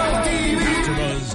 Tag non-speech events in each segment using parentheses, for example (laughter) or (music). AfterBuzz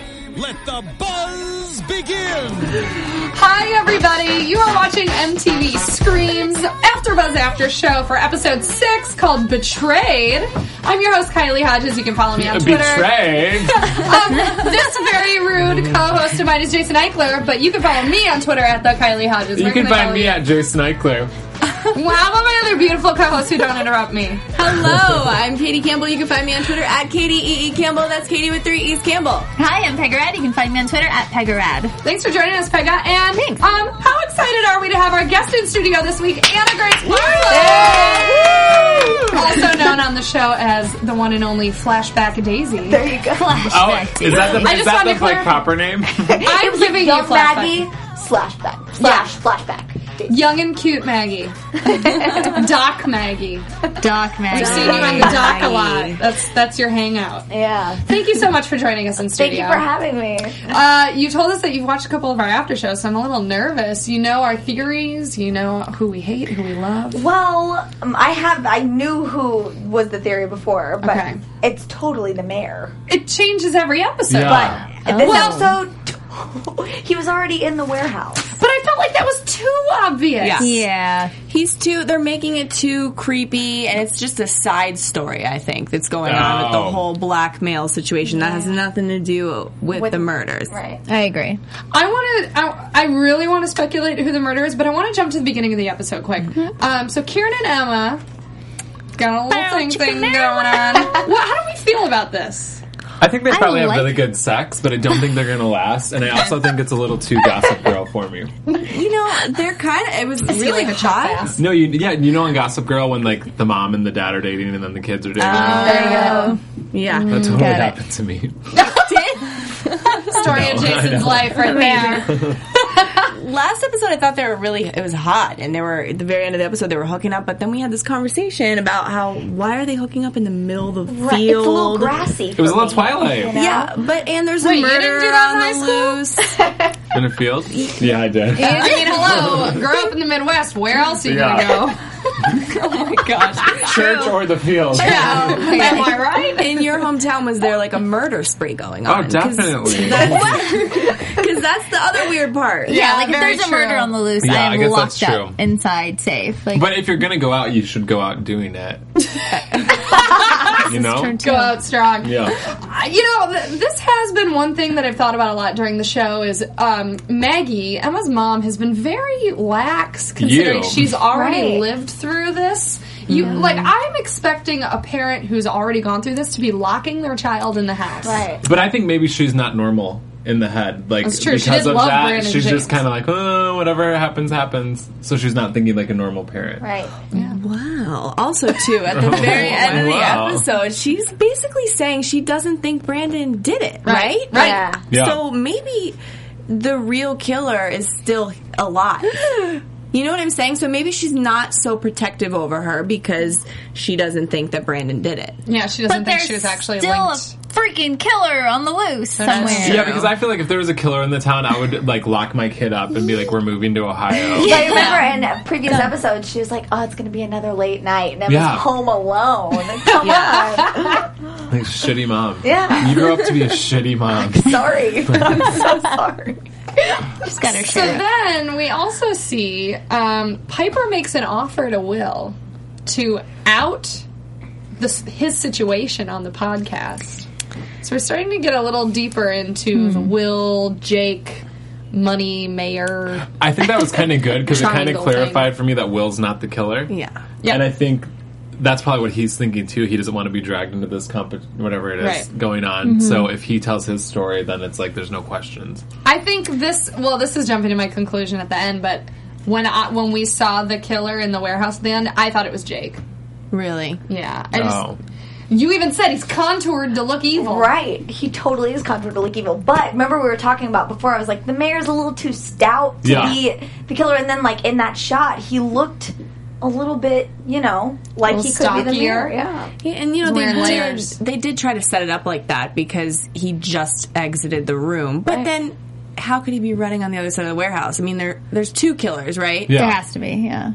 let the buzz begin. Hi, everybody. You are watching MTV Screams AfterBuzz After Show for episode six called Betrayed. I'm your host, Kylie Hodges. You can follow me on (laughs) Twitter. Betrayed. (laughs) Um, this very rude co-host of mine is Jason Eichler, but you can follow me on Twitter at the Kylie Hodges. you Where can they find follow me you? at Jason Eichler. Wow, how about my other beautiful co-hosts who don't interrupt me. Hello, I'm Katie Campbell. You can find me on Twitter at Katie E E Campbell. That's Katie with three E's Campbell. Hi, I'm Pegarad. You can find me on Twitter at Pegarad. Thanks for joining us, Pega. And um, how excited are we to have our guest in studio this week, Anna Grace Parlow, also known on the show as the one and only Flashback Daisy. There you go. Oh, is that the, I is just that wanted to the like, clarify- proper name? I'm giving you Young flashback. Maggie slash back slash flashback. Young and cute Maggie. (laughs) Doc Maggie. Doc I Maggie. see you on the dock a lot. That's that's your hangout. Yeah. Thank you so much for joining us in Thank studio. you for having me. Uh, you told us that you've watched a couple of our after shows, so I'm a little nervous. You know our theories. You know who we hate, who we love. Well, um, I have. I knew who was the theory before, but Okay. it's totally the mayor. It changes every episode. Yeah. But this Well- episode, (laughs) he was already in the warehouse. But I felt like that was too obvious. Yeah. Yeah. He's too, they're making it too creepy, and it's just a side story, I think, that's going on with Oh. the whole blackmail situation. That has nothing to do with, the murders. Right. I agree. I want to. I, I really want to speculate who the murderer is, but I want to jump to the beginning of the episode quick. Um, so Kieran and Emma got a little thing thing going on. What, how do we feel about this? I think they probably like have really it. good sex, but I don't think they're gonna last. And I also think it's a little too gossip girl for me. You know, they're kind of, it was really like a chop hot. No, you yeah, you know on Gossip Girl when like the mom and the dad are dating and then the kids are dating. Ah, There you go. Yeah. That's what got it. happened to me. Story of No, I Jason's know. life, right there. Last episode, I thought they were really, it was hot, and they were, at the very end of the episode, they were hooking up, but then we had this conversation about how, why are they hooking up in the middle of the field? Right. It's a little grassy. It was a little Twilight Yeah, but and there's Wait, a you murder didn't do that in on high the school? loose. (laughs) in a (laughs) field. Yeah, I did. I mean, hello, grow up in the Midwest. Where else are you Yeah. gonna go? Church or the field. Am I right? in your hometown, was there like a murder spree going Oh, on? definitely. (laughs) Because that's the other weird part. Yeah, Yeah, like if very there's a murder true. on the loose, Yeah, I I am guess locked that's up true. inside safe. Like But if you're gonna go out, you should go out doing it. (laughs) you know? Go out strong. Yeah. I- you know, th- this has been one thing that I've thought about a lot during the show is um, Maggie, Emma's mom, has been very lax considering You. she's already Right. lived through this. You like I'm expecting a parent who's already gone through this to be locking their child in the house. Right. But I think maybe she's not normal in the head. Like That's true. She because did of love that, Brandon she's James. just kind of like, oh, whatever happens, happens. So she's not thinking like a normal parent. Right. Wow. Also, too, at (laughs) the very end of the Wow. episode, she's basically saying she doesn't think Brandon did it, right? Right. Right. Yeah. Yeah. So maybe the real killer is still (sighs) alive. You know what I'm saying? So maybe she's not so protective over her because she doesn't think that Brandon did it. Yeah, she doesn't think but there's she was actually still linked. a freaking killer on the loose somewhere. Yeah, because I feel like if there was a killer in the town, I would like lock my kid up and be like, "We're moving to (laughs) Ohio." Yeah. I remember in a previous episode, she was like, "Oh, it's going to be another late night," and I was Yeah. home (laughs) alone. Come on, Like shitty mom. Yeah. you grew up to be a shitty mom. sorry, I'm so sorry. She's got her So shit. then we also see um, Piper makes an offer to Will to out this, his situation on the podcast. So we're starting to get a little deeper into the Will, Jake, money, mayor. I think that was kind of good because it kind of Triangle thing. clarified for me that Will's not the killer. Yeah. Yeah. And I think that's probably what he's thinking too. He doesn't want to be dragged into this comp- whatever it is Right. going on. So if he tells his story, then it's like there's no questions. I think this, well, this is jumping to my conclusion at the end, but when I when we saw the killer in the warehouse then, I thought it was Jake. Really? Yeah. I just, Oh. You even said he's contoured to look evil. Right, he totally is conjured to look evil. But remember, we were talking about before. I was like, the mayor's a little too stout to Yeah. be the killer. And then, like in that shot, he looked a little bit, you know, like Little he could be the stockier. mayor. Yeah, Yeah, and you know they wearing did, layers. they did try to set it up like that because he just exited the room. But then how could he be running on the other side of the warehouse? I mean there there's two killers, right? Yeah. It has to be, yeah.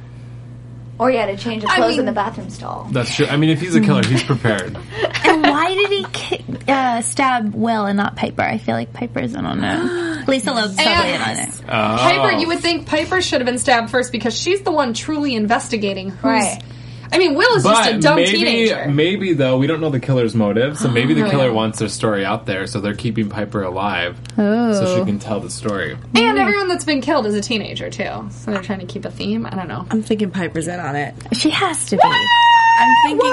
or he had to change his I clothes mean- in the bathroom stall. That's true. I mean, if he's a killer, (laughs) he's prepared. And why did he ki- uh, stab Will and not Piper? I feel like Piper's in on (gasps) it. Lisa Loeb's probably in on it. Piper, Oh. you would think Piper should have been stabbed first because she's the one truly investigating who's. Right. I mean, Will is just a Oh. But dumb maybe, teenager. Oh, maybe though, we don't know the killer's motive, so maybe the killer wants their story out there, so they're keeping Piper alive, Oh. so she can tell the story. and everyone that's been killed is a teenager, too. So they're trying to keep a theme. I don't know. I'm (laughs) thinking Piper's in on it. She has to be. I'm thinking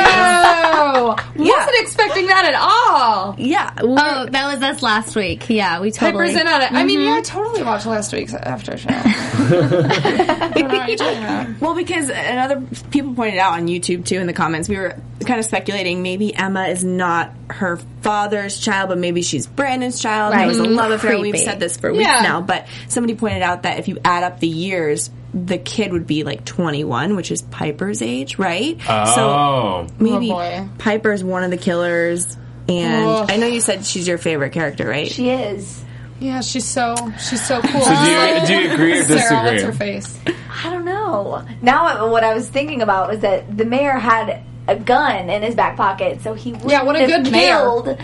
(laughs) Oh! Wasn't expecting that at all. she Yeah. we're- (gasps) Oh, that was us last week. Yeah, we totally. Piper's in on it. I Mm-hmm. mean, yeah, I totally watched last week's after (laughs) show. I don't know what you're talking about. Well, because another people pointed out on YouTube too in the comments, we were kind of speculating maybe Emma is not her father's child, but maybe she's Brandon's child. Right. It was a love affair. We've Creepy. said this for weeks Yeah. now, but somebody pointed out that if you add up the years, the kid would be like 21, which is Piper's age, right? Oh, So maybe Oh, boy. Piper's one of the killers. And Ugh. I know you said she's your favorite character, right? She is. Yeah, she's so she's so cool. do, you, do you agree (laughs) or Sarah, what's her disagree? (laughs) face? I don't know. Now, what I was thinking about was that the mayor had a gun in his back pocket, so he would Yeah, what a have good mayor. killed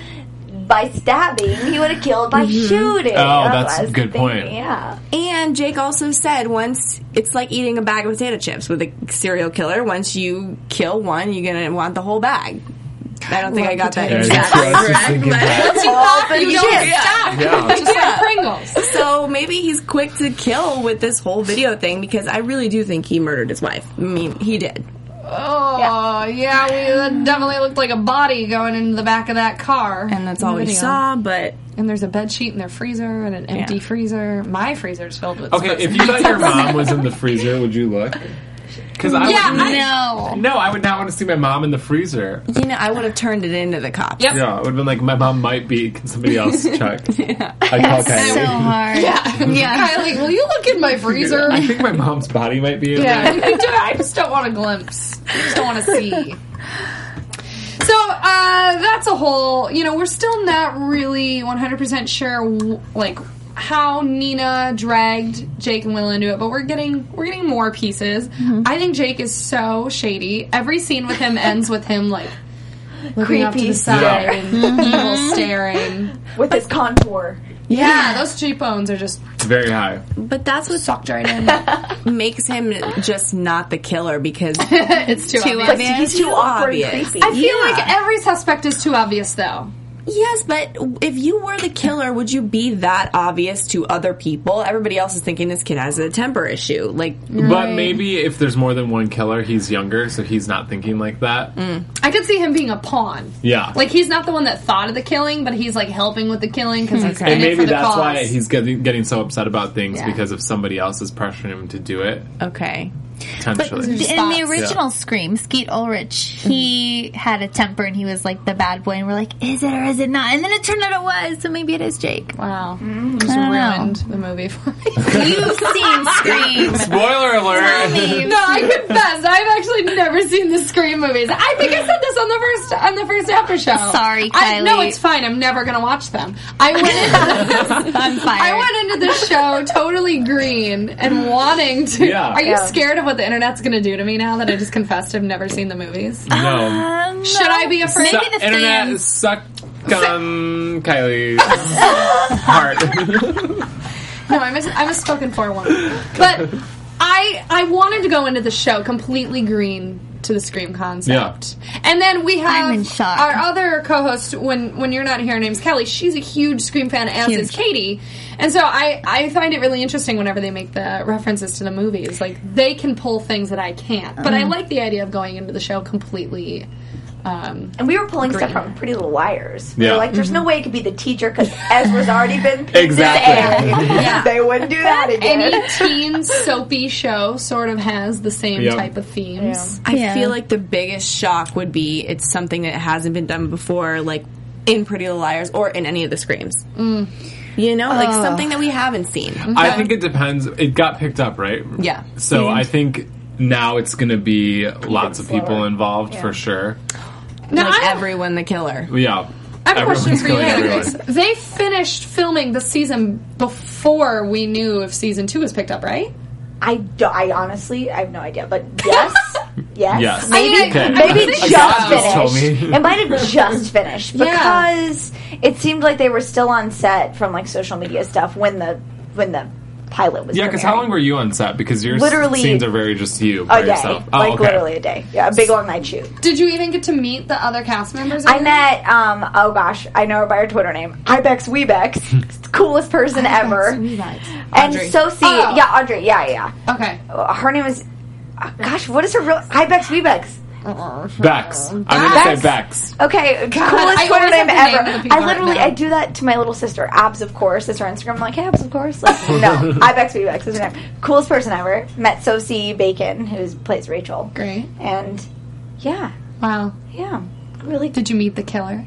by stabbing. He would have killed by Mm-hmm. shooting. Oh, what that's I a was good point. thinking, Yeah. And Jake also said once it's like eating a bag of potato chips with a serial killer. Once you kill one, you're gonna want the whole bag. I don't think I got that. potato Yeah, chips. (laughs) exact I was just thinking that. You thought but you he don't did. stop. Yeah. Just like Pringles. So maybe he's quick to kill with this whole video thing because I really do think he murdered his wife. I mean, he did. Oh yeah, we that definitely looked like a body going into the back of that car. And that's in all the we video. saw, but And there's a bed sheet in their freezer and an empty Yeah. freezer. My freezer's filled with. Okay, if you thought your mom was in the freezer, would you look? Because I (laughs) Yeah, would, I- (laughs) No. no, I would not want to see my mom in the freezer. you know, I would have turned it into the cops. Yep. Yeah, I would have been like, my mom might be. Can somebody (laughs) else check? I call Kylie. So hard. Yeah. Kylie, will you look in my freezer? (laughs) I think my mom's body might be in Yeah, (laughs) there. I do- I just don't want a glimpse. I just don't want to see. So uh, that's a whole. You know, we're still not really 100% sure, w- like how Nina dragged Jake and Will into it, but we're getting we're getting more pieces. I think Jake is so shady. Every scene with him ends with him like looking up to Creepy the side, and evil staring. With his contour. Yeah, those cheekbones are just It's very high. But that's what sucked right in. (laughs) makes him just not the (laughs) killer because it's too, Too obvious. obvious. He's too awkward and obvious. creepy. I feel Yeah. like every suspect is too obvious though. Yes, but if you were the killer, would you be that obvious to other people? Everybody else is thinking this kid has a temper issue. Like, But maybe if there's more than one killer, he's younger, so he's not thinking Mm. like that. I could see him being a pawn. Yeah. Like he's not the one that thought of the killing, but he's like helping with the killing because he's Okay. in and it maybe for the that's cause. why he's getting, getting so upset about things Yeah. because if somebody else is pressuring him to do it, okay. (laughs) potentially. In the Spots. original Scream, Skeet Ulrich, he had a temper and he was like the bad boy, and we're like, is it or is it not? And then it turned out it was, so maybe it is Jake. wow, just don't know. ruined the movie for me. You've seen (laughs) Scream. Spoiler Tell alert! me. no, I confess, I've actually never seen the Scream movies. I think I said this on the first on the first after show. Sorry, I, no, Kylie. it's fine. I'm never gonna watch them. I went into this, I'm fired. (laughs) I went into this show totally green and wanting to. Yeah. Are you Yeah. scared of what the internet's gonna do to me now that I just confessed I've never seen the movies? (laughs) no. Um, Should I be afraid? Maybe Su- the internet fans- sucked on (laughs) Kylie's heart. No, I'm a, I'm a spoken for one. But I I wanted to go into the show completely green to the Scream concept. And then we have I'm in shock. our other co-host when when you're not here, her name's Kelly. She's a huge Scream fan, as is Huge. Katie. And so I I find it really interesting whenever they make the references to the Mm-hmm. movies. Like they can pull things that I can't. But I like the idea of going into the show completely Um, And we were pulling stuff Green. from Pretty Little Liars. We were Yeah. like, there's no way it could be the teacher because Ezra's already (laughs) been picked Exactly. in the air. They wouldn't do that again. any teen soapy show sort of has the same Yep. type of themes. I Yeah. feel like the biggest shock would be it's something that hasn't been done before, like in Pretty Little Liars or in any of the Screams. You know, like something that we haven't seen. I think it depends. It got picked up, right? Yeah. So Mm-hmm. I think now it's going to be lots of people slower. involved for sure. Now, Like I have- everyone the killer. Yeah. I have a question Everyone's for you, killing Hannah everyone. Grace. They finished filming the season before we knew if season two was picked up, right? I, do, I honestly, I have no idea, but (laughs) yes, yes. Yes. Maybe, I- Okay. maybe I it think just so. finished. Told me. (laughs) It might have just finished Yeah. because it seemed like they were still on set from like social media stuff when the when the pilot was. Yeah, because how premiering. long were you on set? Because your s- Literally scenes are very just you by a day, yourself. Oh, like okay. literally a day. Yeah, a big long night shoot. Did you even get to meet the other cast members? I met, um, oh gosh, I know her by her Twitter name, Ibex (laughs) Webex, coolest person ever, and Audrey. Sosie. Oh. Yeah, Audrey. Yeah, yeah. Okay. yeah. Her name is, oh, gosh, what is her real Ibex Webex? Bex. I'm going to Bex. say Bex. (laughs) Okay, coolest I Twitter always have name the name ever. of the people I literally, right now. I do that to my little sister. Abs, of course, is her Instagram. I'm like, hey, Abs, of (laughs) course. Like, no, Ibex Webex is her name. Coolest person ever. Met Sosie Bacon, who plays Rachel. Great. And yeah, Wow. yeah, really. Did you meet the killer?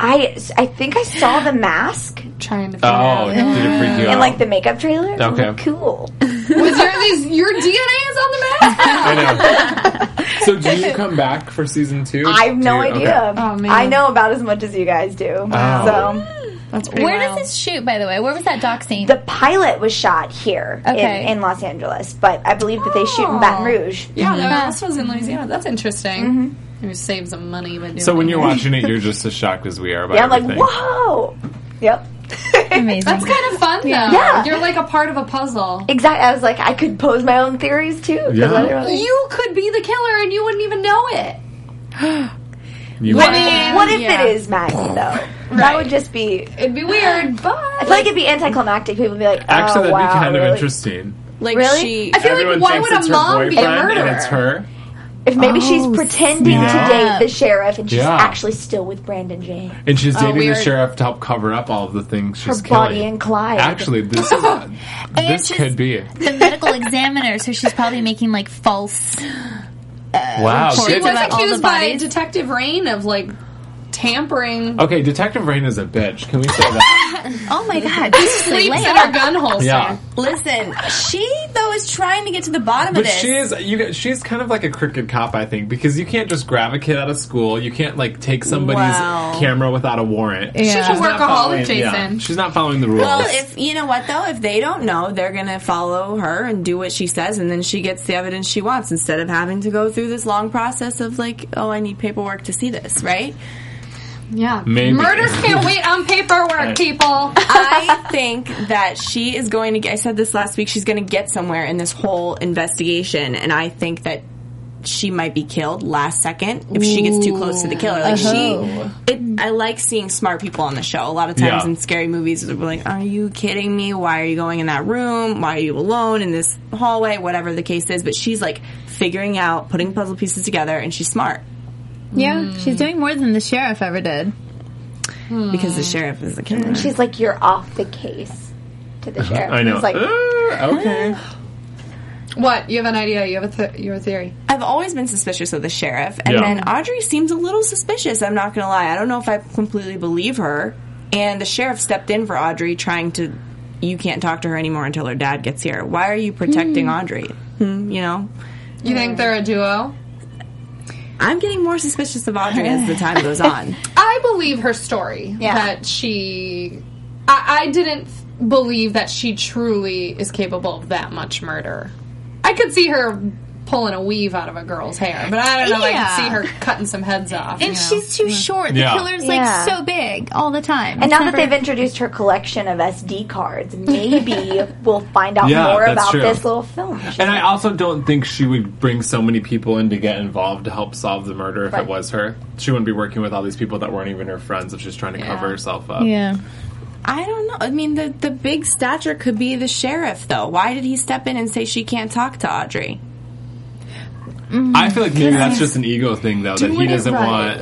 I I think I saw the mask Trying to figure Oh, out. did it freak you out? and like the makeup trailer. Okay. (laughs) cool. Was there these, your DNA is on the mask? I know. so do you come back for season two? I have no Do you- idea. okay. Oh, man. I know about as much as you guys do. Wow. So That's pretty Where wild. does this shoot, by the way? Where was that dock scene? the pilot was shot here Okay. in, in Los Angeles, but I believe that they shoot in Baton Rouge. Yeah, the mask was in Louisiana. That's interesting. It would save some money by doing So when it. you're watching it, you're just as shocked as we are about Yeah, I'm like, everything. whoa. Yep. (laughs) Amazing. That's kind of fun, though. Yeah. You're like a part of a puzzle. exactly. I was like, I could pose my own theories too. 'cause Yeah. literally- You could be the killer and you wouldn't even know it. You What, are- what if yeah. it is Maggie though? That would just be. It'd be weird, but I feel like it'd be anticlimactic. People would be like, oh, Actually, that'd wow, be kind really? of interesting. Like Really? she I feel Everyone like why thinks would it's a her mom be a boyfriend murderer? and it's her. If maybe she's Oh, pretending snap. to date the sheriff and she's Yeah. actually still with Brandon James. And she's dating the weird. sheriff to help cover up all of the things she's Her killing. Bonnie and Clyde. Actually, this is this she's- could be. the medical examiner, so she's probably making like false. wow. She She good- It's was about all the accused by bodies. Detective Rain of like tampering okay, Detective Rain is a bitch. Can we say that? Oh (laughs) my god, this is sleeps in Leia. her gun holster. Yeah. listen, she though is trying to get to the bottom But of this. she is you know, she's kind of like a crooked cop, I think, because you can't just grab a kid out of school. You can't like take somebody's Wow. camera without a warrant. Yeah. She's a workaholic, Jason. she's not following the rules. well, if you know what though, if they don't know, they're gonna follow her and do what she says, and then she gets the evidence she wants instead of having to go through this long process of like, oh, I need paperwork to see this, right? Yeah. Maybe. Murders can't wait on paperwork, people. (laughs) I think that she is going to get, I said this last week, she's going to get somewhere in this whole investigation. And I think that she might be killed last second if she gets too close to the killer. Like she, it, I like seeing smart people on the show. A lot of times Yeah. in scary movies, we're like, are you kidding me? Why are you going in that room? Why are you alone in this hallway? Whatever the case is. But she's like figuring out, putting puzzle pieces together and she's smart Yeah, she's doing more than the sheriff ever did. because the sheriff is the killer. She's like, you're off the case to the sheriff. Uh-huh. I know. It's like, Uh, okay. What? You have an idea? You have a th- your theory? I've always been suspicious of the sheriff, and Yeah. then Audrey seems a little suspicious. I'm not gonna lie. I don't know if I completely believe her. And the sheriff stepped in for Audrey, trying to, you can't talk to her anymore until her dad gets here. Why are you protecting Audrey? Hmm, you know, You think they're a duo? I'm getting more suspicious of Audrey as the time goes on. I believe her story Yeah. that she. I, I didn't believe that she truly is capable of that much murder. I could see her pulling a weave out of a girl's hair, but I don't know. Yeah. I could see her cutting some heads off. And you know? she's too short. The Yeah. killer's Yeah. like so big all the time. and now that they've introduced her collection of SD cards, maybe we'll find out Yeah, more that's about true. this little film. And I also don't think she would bring so many people in to get involved to help solve the murder if Right. it was her. She wouldn't be working with all these people that weren't even her friends if she's trying to cover herself up. yeah. I don't know. I mean, the the big stature could be the sheriff, though. Why did he step in and say she can't talk to Audrey? I feel like maybe that's just an ego thing, though, that he it doesn't right. want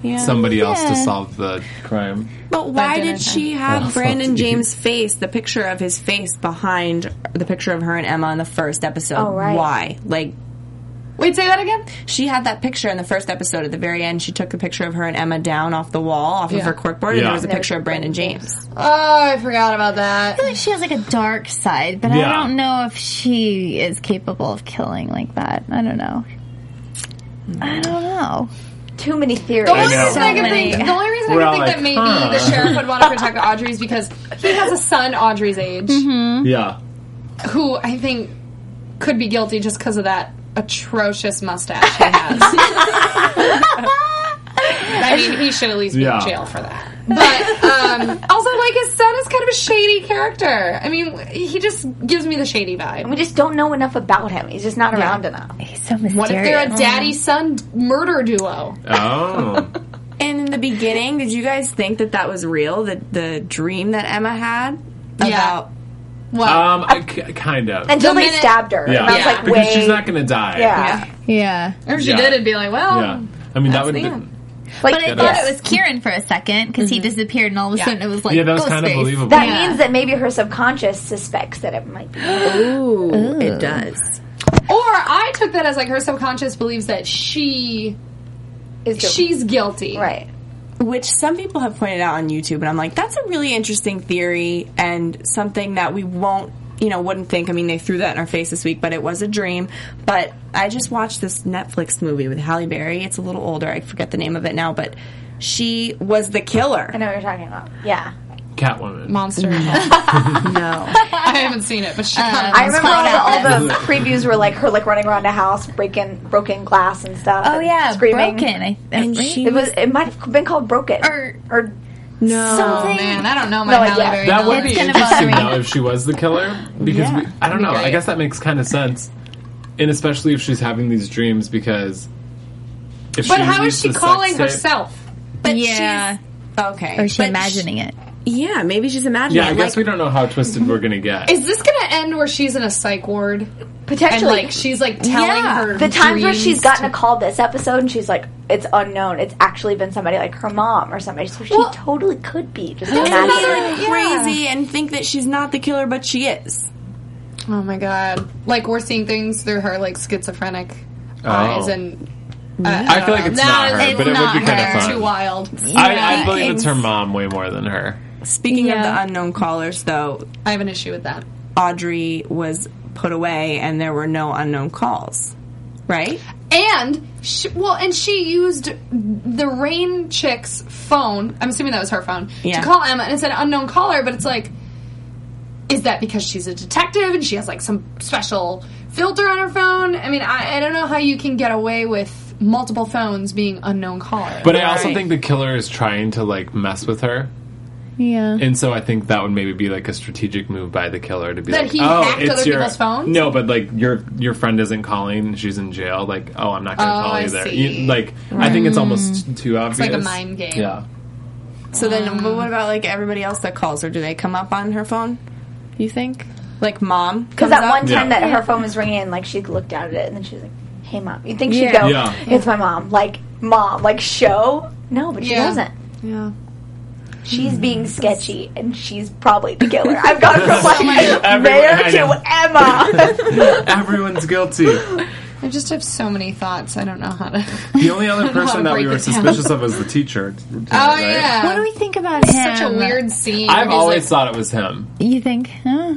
Yeah. somebody else to Yeah. solve the crime. But why dinner did she have Oh, Brandon geez. James' face, the picture of his face behind the picture of her and Emma in the first episode? Oh, right. Why? Like, Wait, say that again. she had that picture in the first episode at the very end. She took the picture of her and Emma down off the wall, off Yeah. of her corkboard, Yeah. and there was a There picture of Brandon James. Oh, I forgot about that. feel like she has like a dark side, but Yeah. I don't know if she is capable of killing like that. I don't know. I don't know. Too many theories. The only, know. reason I can many. think, the only reason We're I all can think like, that maybe huh. the sheriff would want to protect Audrey is because he has a son Audrey's age Mm-hmm. Yeah. who I think could be guilty just because of that atrocious mustache he (laughs) has. I mean, he should at least be Yeah. in jail for that. But um, also, like his son is kind of a shady character. I mean, he just gives me the shady vibe. we just don't know enough about him. He's just not around enough. He's so mysterious. What if they're Oh, a daddy son murder duo? Oh. And in the beginning, did you guys think that that was real? That the dream that Emma had Yeah. about What? um, I c- kind of. Until The they minute- stabbed her. yeah. And I was Yeah. like, because wait. she's not going to die. yeah. yeah. if she yeah. did, it'd be like, well, Yeah. I mean, that would have the been. Like, But I yeah. thought it was Kieran for a second because he disappeared and all of a sudden it was like Yeah, that was ghost kind of face. believable. That Yeah. means that maybe her subconscious suspects that it might be. Ooh, it does. Or I took that as like her subconscious believes that she Is the- she's guilty. right. Which some people have pointed out on YouTube, and I'm like, that's a really interesting theory and something that we won't, you know, wouldn't think. I mean, they threw that in our face this week, but it was a dream. But I just watched this Netflix movie with Halle Berry. It's a little older. I forget the name of it now, but she was the I killer. know what you're talking about. Yeah. Catwoman. Monster. No. I haven't seen it, but she kind I remember all called the, all (laughs) out the previews were like her like running around the house, breaking broken glass and stuff. Oh and yeah, screaming. broken. I, And right? she It was. It might have been called broken Or- or No. Oh something. man, I don't know my No, Halle yeah. Berry. That would knowledge. be It's gonna bother interesting me. though if she was the killer because Yeah. we, I don't know. I great. guess that makes kind of sense, and especially if she's having these dreams because. If But she how is released she the sex calling tape- herself? but yeah, okay. or is she But imagining it? yeah, maybe she's imagining. Yeah, I it. guess Like, we don't know how twisted we're gonna get. Is this gonna end where she's in a psych ward and potentially like she's like telling Yeah. her the times where dreams she's gotten a call this episode and she's like, it's unknown. It's actually been somebody like her mom or somebody. So she Well- totally could be just and be imagine. like crazy and think that she's not the killer, but she is. to- Oh my god! Like we're seeing things through her like schizophrenic Oh. eyes and. Uh, I feel like it's not her, it's but it would not be kind her. of It's fun. too wild. I, I believe it's her mom way more than her. Speaking of Yeah. the unknown callers, though, I have an issue with that. Audrey was put away and there were no unknown calls. Right? And she, well, and she used the Rain Chick's phone. I'm assuming that was her phone Yeah. to call Emma, and it's an unknown caller. But it's like, is that because she's a detective and she has like some special filter on her phone? I mean, I, I don't know how you can get away with multiple phones being unknown callers. But I also Right. think the killer is trying to like mess with her, Yeah. and so I think that would maybe be like a strategic move by the killer to be That like, he "Oh, hacked it's other your people's phones? no, but like your your friend isn't calling, she's in jail. Like, oh, I'm not going to Oh, call I either. see. Mm. You- like, I think it's almost too obvious. like a mind game. Yeah, So then, but what about like everybody else that calls her? Do they come up on her phone? You think? Like mom? Because comes that up? one time Yeah. that her phone was ringing, like she looked down at it and then she was like, "Hey, mom." You think she'd Yeah. go, Yeah. "It's my mom." Like mom, like show. No, but she Yeah. doesn't. Yeah. She's being sketchy, and she's probably the killer. I've (laughs) gone from like Everyone- I Mayor know. to (laughs) Emma. everyone's guilty. I just have so many thoughts. I don't know how to. The (laughs) only other person that we break were it down. suspicious of was the teacher. (laughs) Oh oh yeah, What do we think about him? Such a weird scene. where I've he's always like, thought it was him. You think? Huh?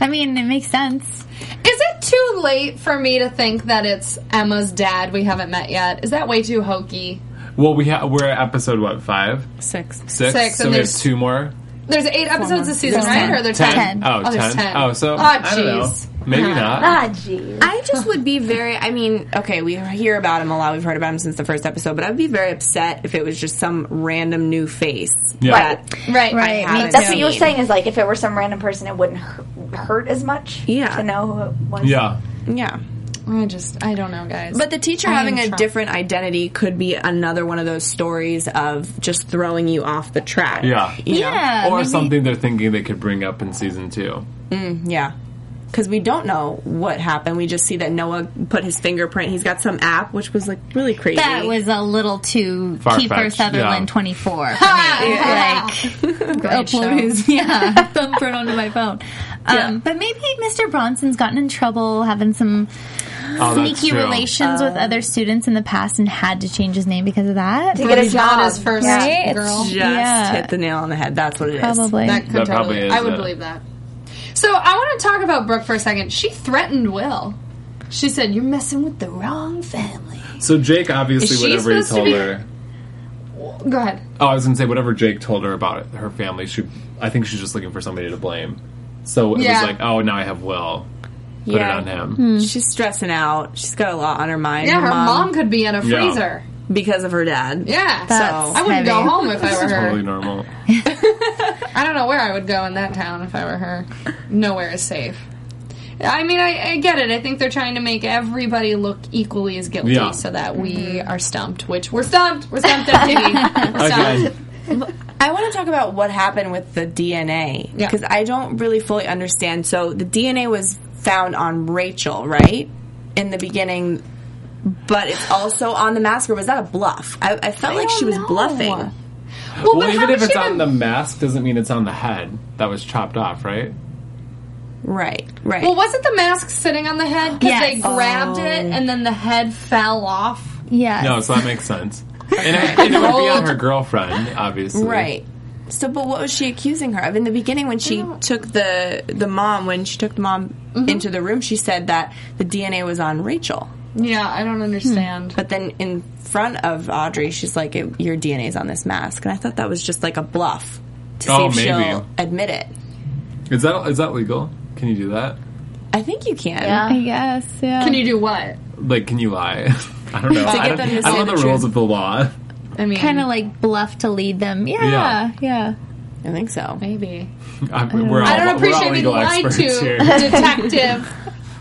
I mean, it makes sense. Is it too late for me to think that it's Emma's dad we haven't met yet? Is that way too hokey? Well, we ha- we're at episode what five, Six. six, Six, so and we have there's- two more. There's eight episodes this season, right? Or are there Ten. ten? Ten. Oh, Oh, there's 10. ten. Oh, so Oh, I don't know. jeez. Maybe not. ah, jeez. I just would be very. I mean, okay, we hear about him a lot. We've heard about him since the first episode, but I'd be very upset if it was just some random new face. Yeah. that- Right. Right, I haven't me That's too. what you were saying is like if it were some random person, it wouldn't hurt, hurt as much. Yeah. to know who it was. Yeah. Yeah. I just I don't know, guys. But the teacher am having a Trump. different identity could be another one of those stories of just throwing you off the track. Yeah. You know? Uh, Yeah. Or maybe- something they're thinking they could bring up in season two. Yeah. because we don't know what happened. We just see that Noah put his fingerprint. He's got some app, which was like really crazy. That was a little too Far-fetched, Kiefer yeah. Sutherland (laughs) 24 for me. (laughs) like, upload his (laughs) yeah, thumbprint onto my phone. Um, But maybe Mr. Bronson's gotten in trouble having some Oh, that's sneaky true. relations with other students in the past and had to change his name because of that. to get a He's not job. his first Right? girl. just Yeah. hit the nail on the head. That's what it is. Probably. That could That totally. probably is I would it. believe that. So I want to talk about Brooke for a second. She threatened Will. She said, "You're messing with the wrong family." So Jake obviously Is she whatever he supposed to told be- her. Go ahead. Oh, I was gonna say whatever Jake told her about her family. She, I think she's just looking for somebody to blame. So it Yeah. Hmm. was like, oh, now I have Will. Put Yeah. it on him. She's stressing out. She's got a lot on her mind. Yeah, her mom, could be in a Yeah. freezer. because of her dad. Yeah, That's so I wouldn't go heavy. home if I were her. (laughs) Totally normal. I don't know where I would go in that town if I were her. Nowhere is safe. I mean, I, I get it. I think they're trying to make everybody look equally as guilty Yeah. so that we are stumped, which we're stumped. We're stumped, (laughs) Deputy. We're stumped. Again, I want to talk about what happened with the DNA Yeah. because I don't really fully understand. So the DNA was found on Rachel, right? In the beginning, but it's also on the masker. Was that a bluff? I, I felt like she was don't know. bluffing. Well, well, but even how if would it's she on even- the mask, doesn't mean it's on the head that was chopped off, right? Right, right. Well, wasn't the mask sitting on the head? Because Yes. they grabbed it and then the head fell off. yes. No, so that makes sense. And it, and it (laughs) would be on her girlfriend, obviously. right. So, but what was she accusing her of in the beginning when she took the the mom when she took the mom into the room? She said that the DNA was on Rachel. Yeah, I don't understand. But then in front of Audrey, she's like, "It- "Your DNA's on this mask," and I thought that was just like a bluff to see Oh, if maybe. she'll admit it. Is that is that legal? Can you do that? I think you can. I guess, yeah. Can you do what? Like, can you lie? (laughs) I don't know. I get don't, them to I say don't know the the rules of the law. (laughs) I mean, kind of like bluff to lead them? Yeah, Yeah. yeah. I think so. maybe. I, we're all, I don't we're all appreciate being legal lied (laughs) experts to, (laughs) here. Detective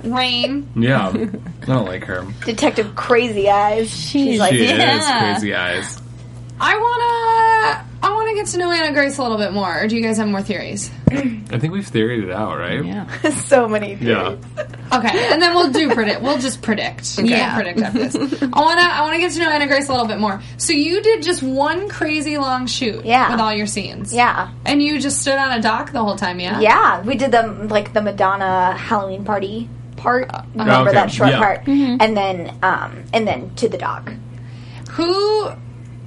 Rain. Yeah, I don't like her. Detective Crazy Eyes. She's (laughs) like, She Yeah. is crazy eyes. I wanna I wanna get to know Anna Grace a little bit more. Or do you guys have more theories? I think we've theoried it out, right? Yeah. (laughs) so many things. Yeah. Okay, and then we'll do predict. We'll just predict. Yeah. Yeah, predict after this. I wanna I wanna get to know Anna Grace a little bit more. So you did just one crazy long shoot, Yeah. with all your scenes, Yeah. and you just stood on a dock the whole time, yeah, Yeah, we did the like the Madonna Halloween party part. Uh, Remember okay, that short yeah. part, Mm-hmm. and then um, and then to the dog. Who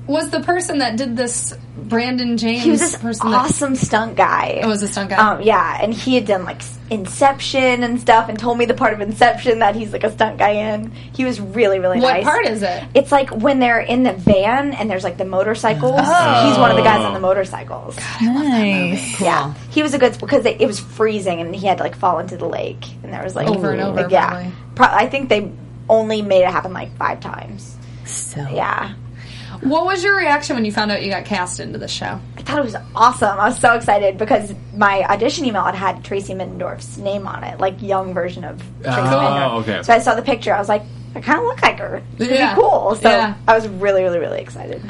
was the person that did this? Brandon James He was this person awesome stunt guy. that was a stunt guy. Um, yeah, and he had done like s- Inception and stuff, and told me the part of Inception that he's like a stunt guy in. He was really really what nice. part is it? It's like when they're in the van and there's like the motorcycles. Oh. He's one of the guys on the motorcycles. Nice. Yeah, he was a good because they, it was freezing and he had to like fall into the lake and there was like Over and over, like, yeah, probably. Pro- I think they only made it happen like five times. So Yeah, What was your reaction when you found out you got cast into the show? I thought it was awesome. I was so excited because my audition email had had Tracy Middendorf's name on it, like young version of Tracy Middendorf. Oh, okay. So I saw the picture. I was like, I kind of look like her. This would Yeah. be cool. So Yeah. I was really, really, really excited.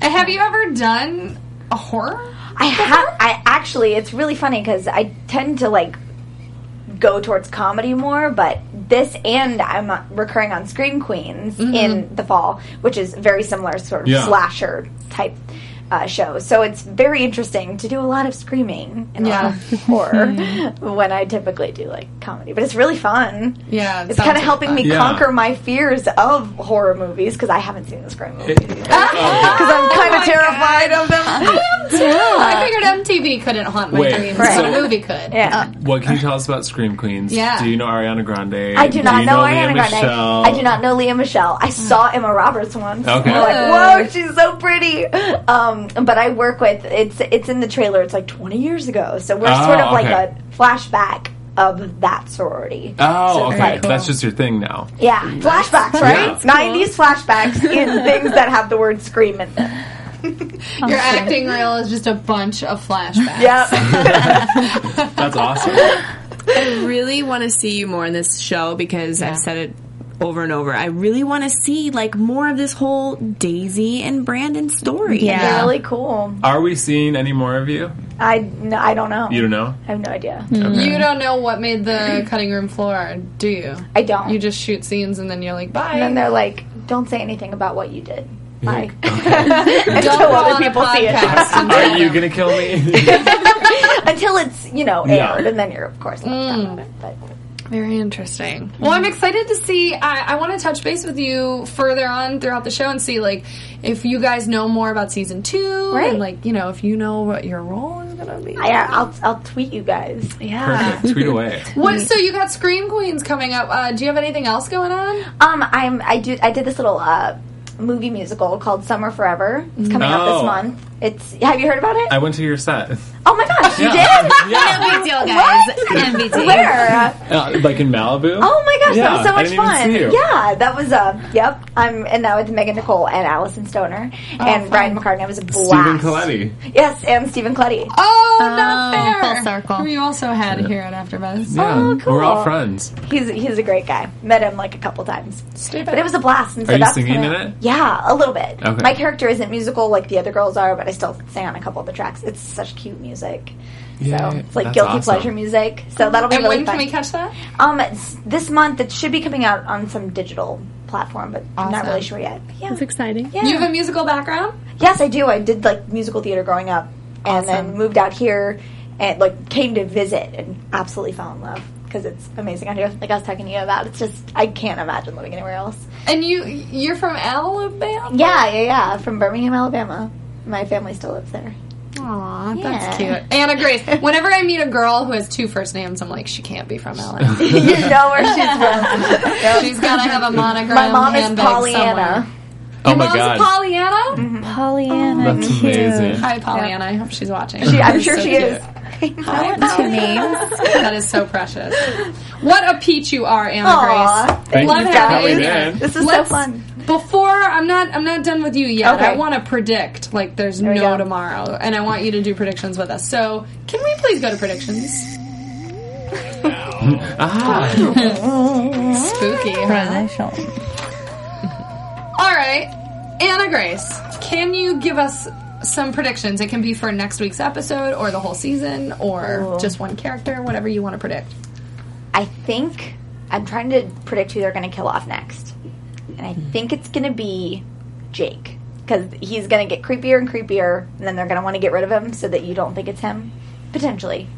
And have you ever done a horror? I have. I actually, it's really funny because I tend to like go towards comedy more, but this and I'm uh, recurring on Scream Queens Mm-hmm. in the fall, which is very similar sort of Yeah. slasher type uh, show. So it's very interesting to do a lot of screaming and a Yeah. Mm-hmm. lot of (laughs) horror when I typically do like comedy, but it's really fun. Yeah, It's kind of helping me Yeah. conquer my fears of horror movies because I haven't seen the Scream (laughs) movie because Oh, I'm Oh kind of terrified of them. I figured MTV couldn't haunt my Wait, dreams, Right. but a movie could. Yeah. What can you tell us about Scream Queens? Yeah. Do you know Ariana Grande? I do not you know, Lea Ariana Grande. Michele? I do not know Leah Michelle. Hmm. I saw Emma Roberts once. Okay. I'm like, whoa, she's so pretty. Um, but I work with it's it's in the trailer. It's like 20 years ago, so we're Oh, sort of like okay. a flashback of that sorority. Oh, So it's okay. like- That's just your thing now. yeah, flashbacks, right? cool. 90s flashbacks in (laughs) things that have the word scream in them. Your acting reel is just a bunch of flashbacks. Yeah, That's awesome. (laughs) I really want to see you more in this show because I've said it over and over. I really want to see like more of this whole Daisy and Brandon story. Yeah. They're really cool. Are we seeing any more of you? I, no, I don't know. You don't know. I have no idea. You don't know what made the cutting room floor, do you? I don't. You just shoot scenes and then you're like, bye. and then they're like, "Don't say anything about what you did." Bye. (laughs) (laughs) Don't Until go other on a people see it. podcast and do Are you that. gonna kill (laughs) me? Until it's you know Yeah. aired, and then you're of course allowed to talk Mm. about it. But Very interesting. Well, I'm excited to see. I, I want to touch base with you further on throughout the show and see, like, if you guys know more about season two, Right. and like, you know, if you know what your role is gonna be. I, uh, I'll I'll tweet you guys. Perfect. Tweet away. What? So you got Scream Queens coming up. Uh, do you have anything else going on? Um, I'm I do I did this little uh movie musical called Summer Forever. It's coming out this Oh. month. It's have you heard about it? I went to your set. oh my gosh, you did? Yeah. Big deal, guys. MVT. Where? Uh, like in Malibu. Oh my gosh, that Yeah, was so I much didn't even fun. see you. Yeah, that was uh yep. I'm and now with Megan Nicole and Allison Stoner Oh, and Brian McCartney. It was a blast. Stephen Coletti. Yes, and Stephen Coletti. Oh, not fair. full circle. Who you also had here at AfterBuzz. Yeah, Oh, cool. we're all friends. He's he's a great guy. Met him like a couple times. Stupid. But it was a blast. And so Are you that's singing kinda- in it? Yeah, a little bit. Okay. My character isn't musical like the other girls are, but I still sing on a couple of the tracks. It's such cute music. Yeah, so it's like that's guilty awesome. pleasure music. So that'll be and really when fun. can we catch that? um, it's this month it should be coming out on some digital platform, but I'm not Awesome. really sure yet. Yeah. It's exciting. yeah. You have a musical background. Yes, I do. I did like musical theater growing up, Awesome. and then moved out here, and like came to visit, and absolutely fell in love because it's amazing out here. Like I was talking to you about, it's just I can't imagine living anywhere else. And you you're from Alabama. Yeah, yeah, yeah. From Birmingham, Alabama. My family still lives there. Aw, Yeah. that's cute. Anna (laughs) Grace. Whenever I meet a girl who has two first names, I'm like, she can't be from Alabama. (laughs) you know where she's from. She's gotta have a monogram. (laughs) My mom is handbag somewhere. Pollyanna. Mm-hmm. Oh my Mom's god. Pollyanna. Pollyanna. That's amazing. Hi, Pollyanna. I hope she's watching. She, I'm sure So she cute. is. (laughs) Hi, Pollyanna. that is so precious. What a peach you are, Anna Aw, Grace. Thank Love you for having coming you. in. This is Let's- so fun. Before I'm not I'm not done with you yet. Okay. I want to predict like there's we no go. tomorrow, and I want you to do predictions with us. So can we please go to predictions? Ah, Spooky. huh? All right, Anna Grace, can you give us some predictions? It can be for next week's episode, or the whole season, or just one character, whatever you want to predict. I think I'm trying to predict who they're going to kill off next, and I think it's going to be Jake because he's going to get creepier and creepier, and then they're going to want to get rid of him so that you don't think it's him potentially.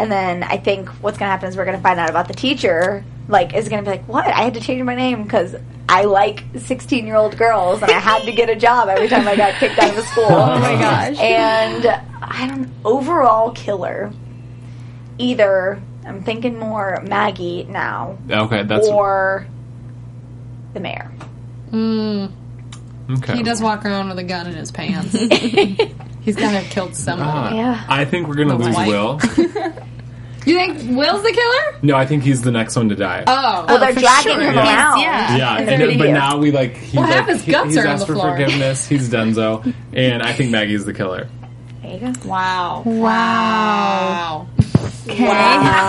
And then I think what's going to happen is we're going to find out about the teacher. Like, is going to be like, what? I had to change my name because I like 16 year old girls, and I had to get a job every time I got kicked out of a school. (laughs) oh my gosh! And I don't overall killer either I'm thinking more Maggie now okay, that's or the mayor. okay. He does walk around with a gun in his (laughs) pants. He's gotta have killed someone. Ah, Yeah. I think we're gonna lose wife. (laughs) Will. You think Will's the killer? No, I think he's the next one to die. Oh, Well, they're dragging him Yeah. around. Yeah. yeah, and, already but you. now we like he, Well, like, half his he- guts he's are on asked the for floor. forgiveness. He's Denzo, and I think Maggie's the killer. There you go. Wow. Wow. All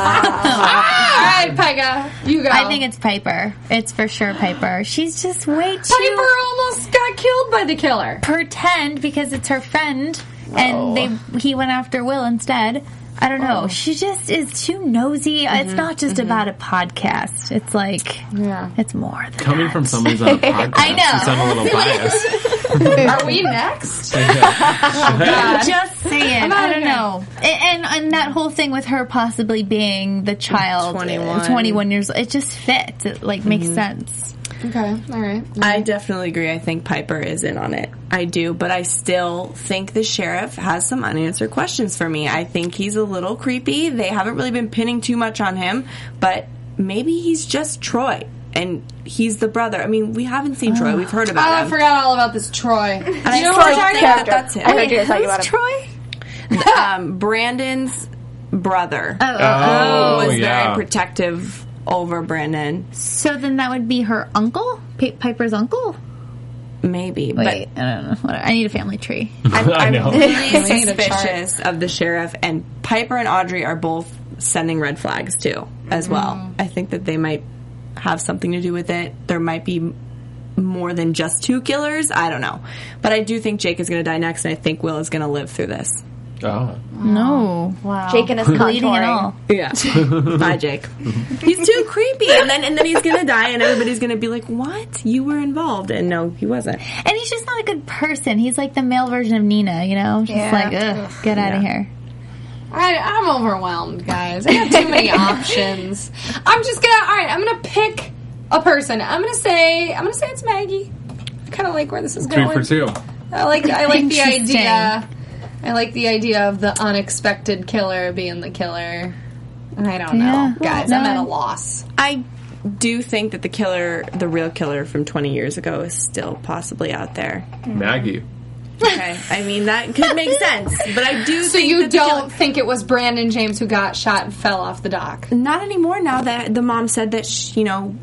right, Pega, you go. I think it's Piper. It's for sure Piper. She's just way too Piper almost got killed by the killer. pretend because it's her friend, and they he went after Will instead. I don't know. She just is too nosy. It's not just about a podcast. It's like Yeah. it's more than Coming that. from (laughs) someone who's on a podcast, I know. you sound a little biased. Are we next? Just saying. outta I don't here. know. A- And, and that whole thing with her possibly being the child, 21. 21 years old, it just fits. It like makes sense. Okay. All right. I definitely agree. I think Piper is in on it. I do, but I still think the sheriff has some unanswered questions for me. I think he's a little creepy. They haven't really been pinning too much on him, but maybe he's just Troy and he's the brother. I mean, we haven't seen Troy. We've heard Oh, about I him. forgot all about this Troy. Do you know Troy what we're was talking there. about? that that's it. I heard you guys talking about him. Troy? um, Brandon's brother Oh, was yeah. very protective over Brandon. So then that would be her uncle? Pi Piper's uncle? Maybe, Wait, I don't know. Whatever. I need a (laughs) family tree. but I I'm know. really need a chart. suspicious of the sheriff and Mm-hmm. Piper and Audrey are both sending red flags too as well. I think that they might have something to do with it. There might be m- more than just two killers. I don't know. But I do think Jake is going to die next, and I think Will is going to live through this. Oh. No. Wow. Jake and his Bleeding and contouring. all. Yeah. (laughs) Bye, (laughs) Jake. He's too creepy. And then, and then he's going to die, and everybody's going to be like, what? You were involved. And no, he wasn't. And he's just not a good person. He's like the male version of Nina, you know? Just Yeah. like, ugh, get out of here. I, I'm overwhelmed, guys. I got too (laughs) many options. I'm just gonna. All right, I'm gonna pick a person. I'm gonna say. I'm gonna say it's Maggie. I kind of like where this is Three going. for two. I like. I like the Interesting. idea. I like the idea of the unexpected killer being the killer. And I don't Yeah. know, guys. I'm No, at a I- loss. I do think that the killer, the real killer from 20 years ago, is still possibly out there. Maggie. Okay. I mean, that could (laughs) make sense. But I do So think you that the don't killer- think it was Brandon James who got shot and fell off the dock? not anymore now that the mom said that she, you know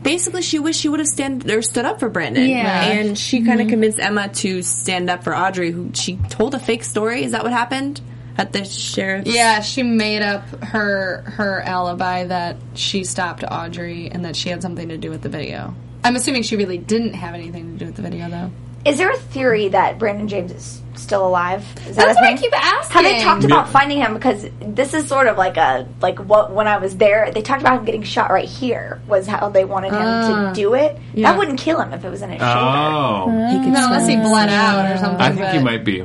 basically she wished she would have stand or stood up for Brandon Yeah. and she kind of convinced Emma to stand up for Audrey who she told a fake story is that what happened at the sheriff's Yeah, she made up her her alibi that she stopped Audrey and that she had something to do with the video. I'm assuming she really didn't have anything to do with the video, though. Is there a theory that Brandon James is still alive? Is that That's a what I thing? keep asking. Have they talked about Yeah. finding him? Because this is sort of like a like what when I was there, they talked about him getting shot right here. Was how they wanted him to do it. That wouldn't kill him if it was in his shoulder. Oh. No, unless he bled out or something. I think but- he might be.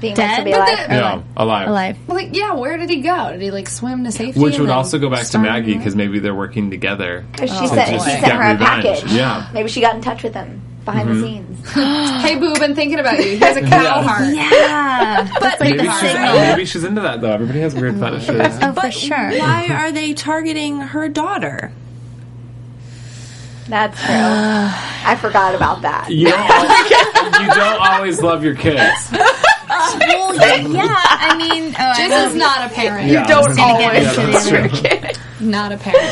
Being Dead? meant to be But alive. Yeah, alive. Alive. Like, yeah, where did he go? Did he like swim to safety? Which and would then also go back to start Maggie over? because maybe they're working together. 'Cause she sent, he just sent get her a revenge. package. Yeah. Mm-hmm. Maybe she got in touch with him behind the scenes. Hey, boo, been thinking about you. Here's a cow heart. (laughs) Yeah. That's like Maybe the she's, signal. maybe she's into that though. Everybody has weird (laughs) fetishes. Oh, for sure. why are they targeting her daughter That's (sighs) true. I forgot about that. You don't, al- you don't always love your kids. Well, yeah, I mean, oh, I This is not a parent. Yeah. don't always Yeah, that's true. Not a parent.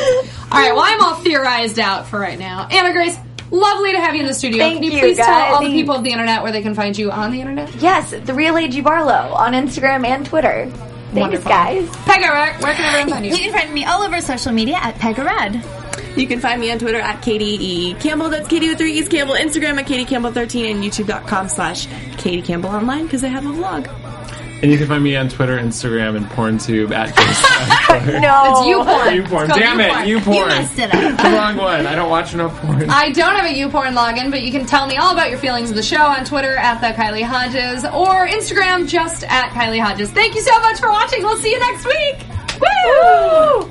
All right. Well, I'm all theorized out for right now. Anna Grace, lovely to have you in the studio. Thank can you, you, please guys. tell all the Thank- people of the internet where they can find you on the internet? Yes, the real AG Barlow on Instagram and Twitter. Thanks, Wonderful. guys. Pega, where, where can everyone find you? You can find me all over social media at Pegarad. you can find me on Twitter at Katie E. Campbell that's Katie with three E's Campbell Instagram at Katie Campbell 13 and youtube.com slash Katie Campbell online because I have a vlog And you can find me on Twitter, Instagram, and PornTube at James. No. (laughs) You porn. (laughs) you porn. It's called Damn it, you You porn. messed it up. The wrong one. I don't watch no porn. I don't have a YouPorn login, but you can tell me all about your feelings of the show on Twitter at the Kylie Hodges or Instagram just at Kylie Hodges. Thank you so much for watching. We'll see you next week. Woo!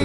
The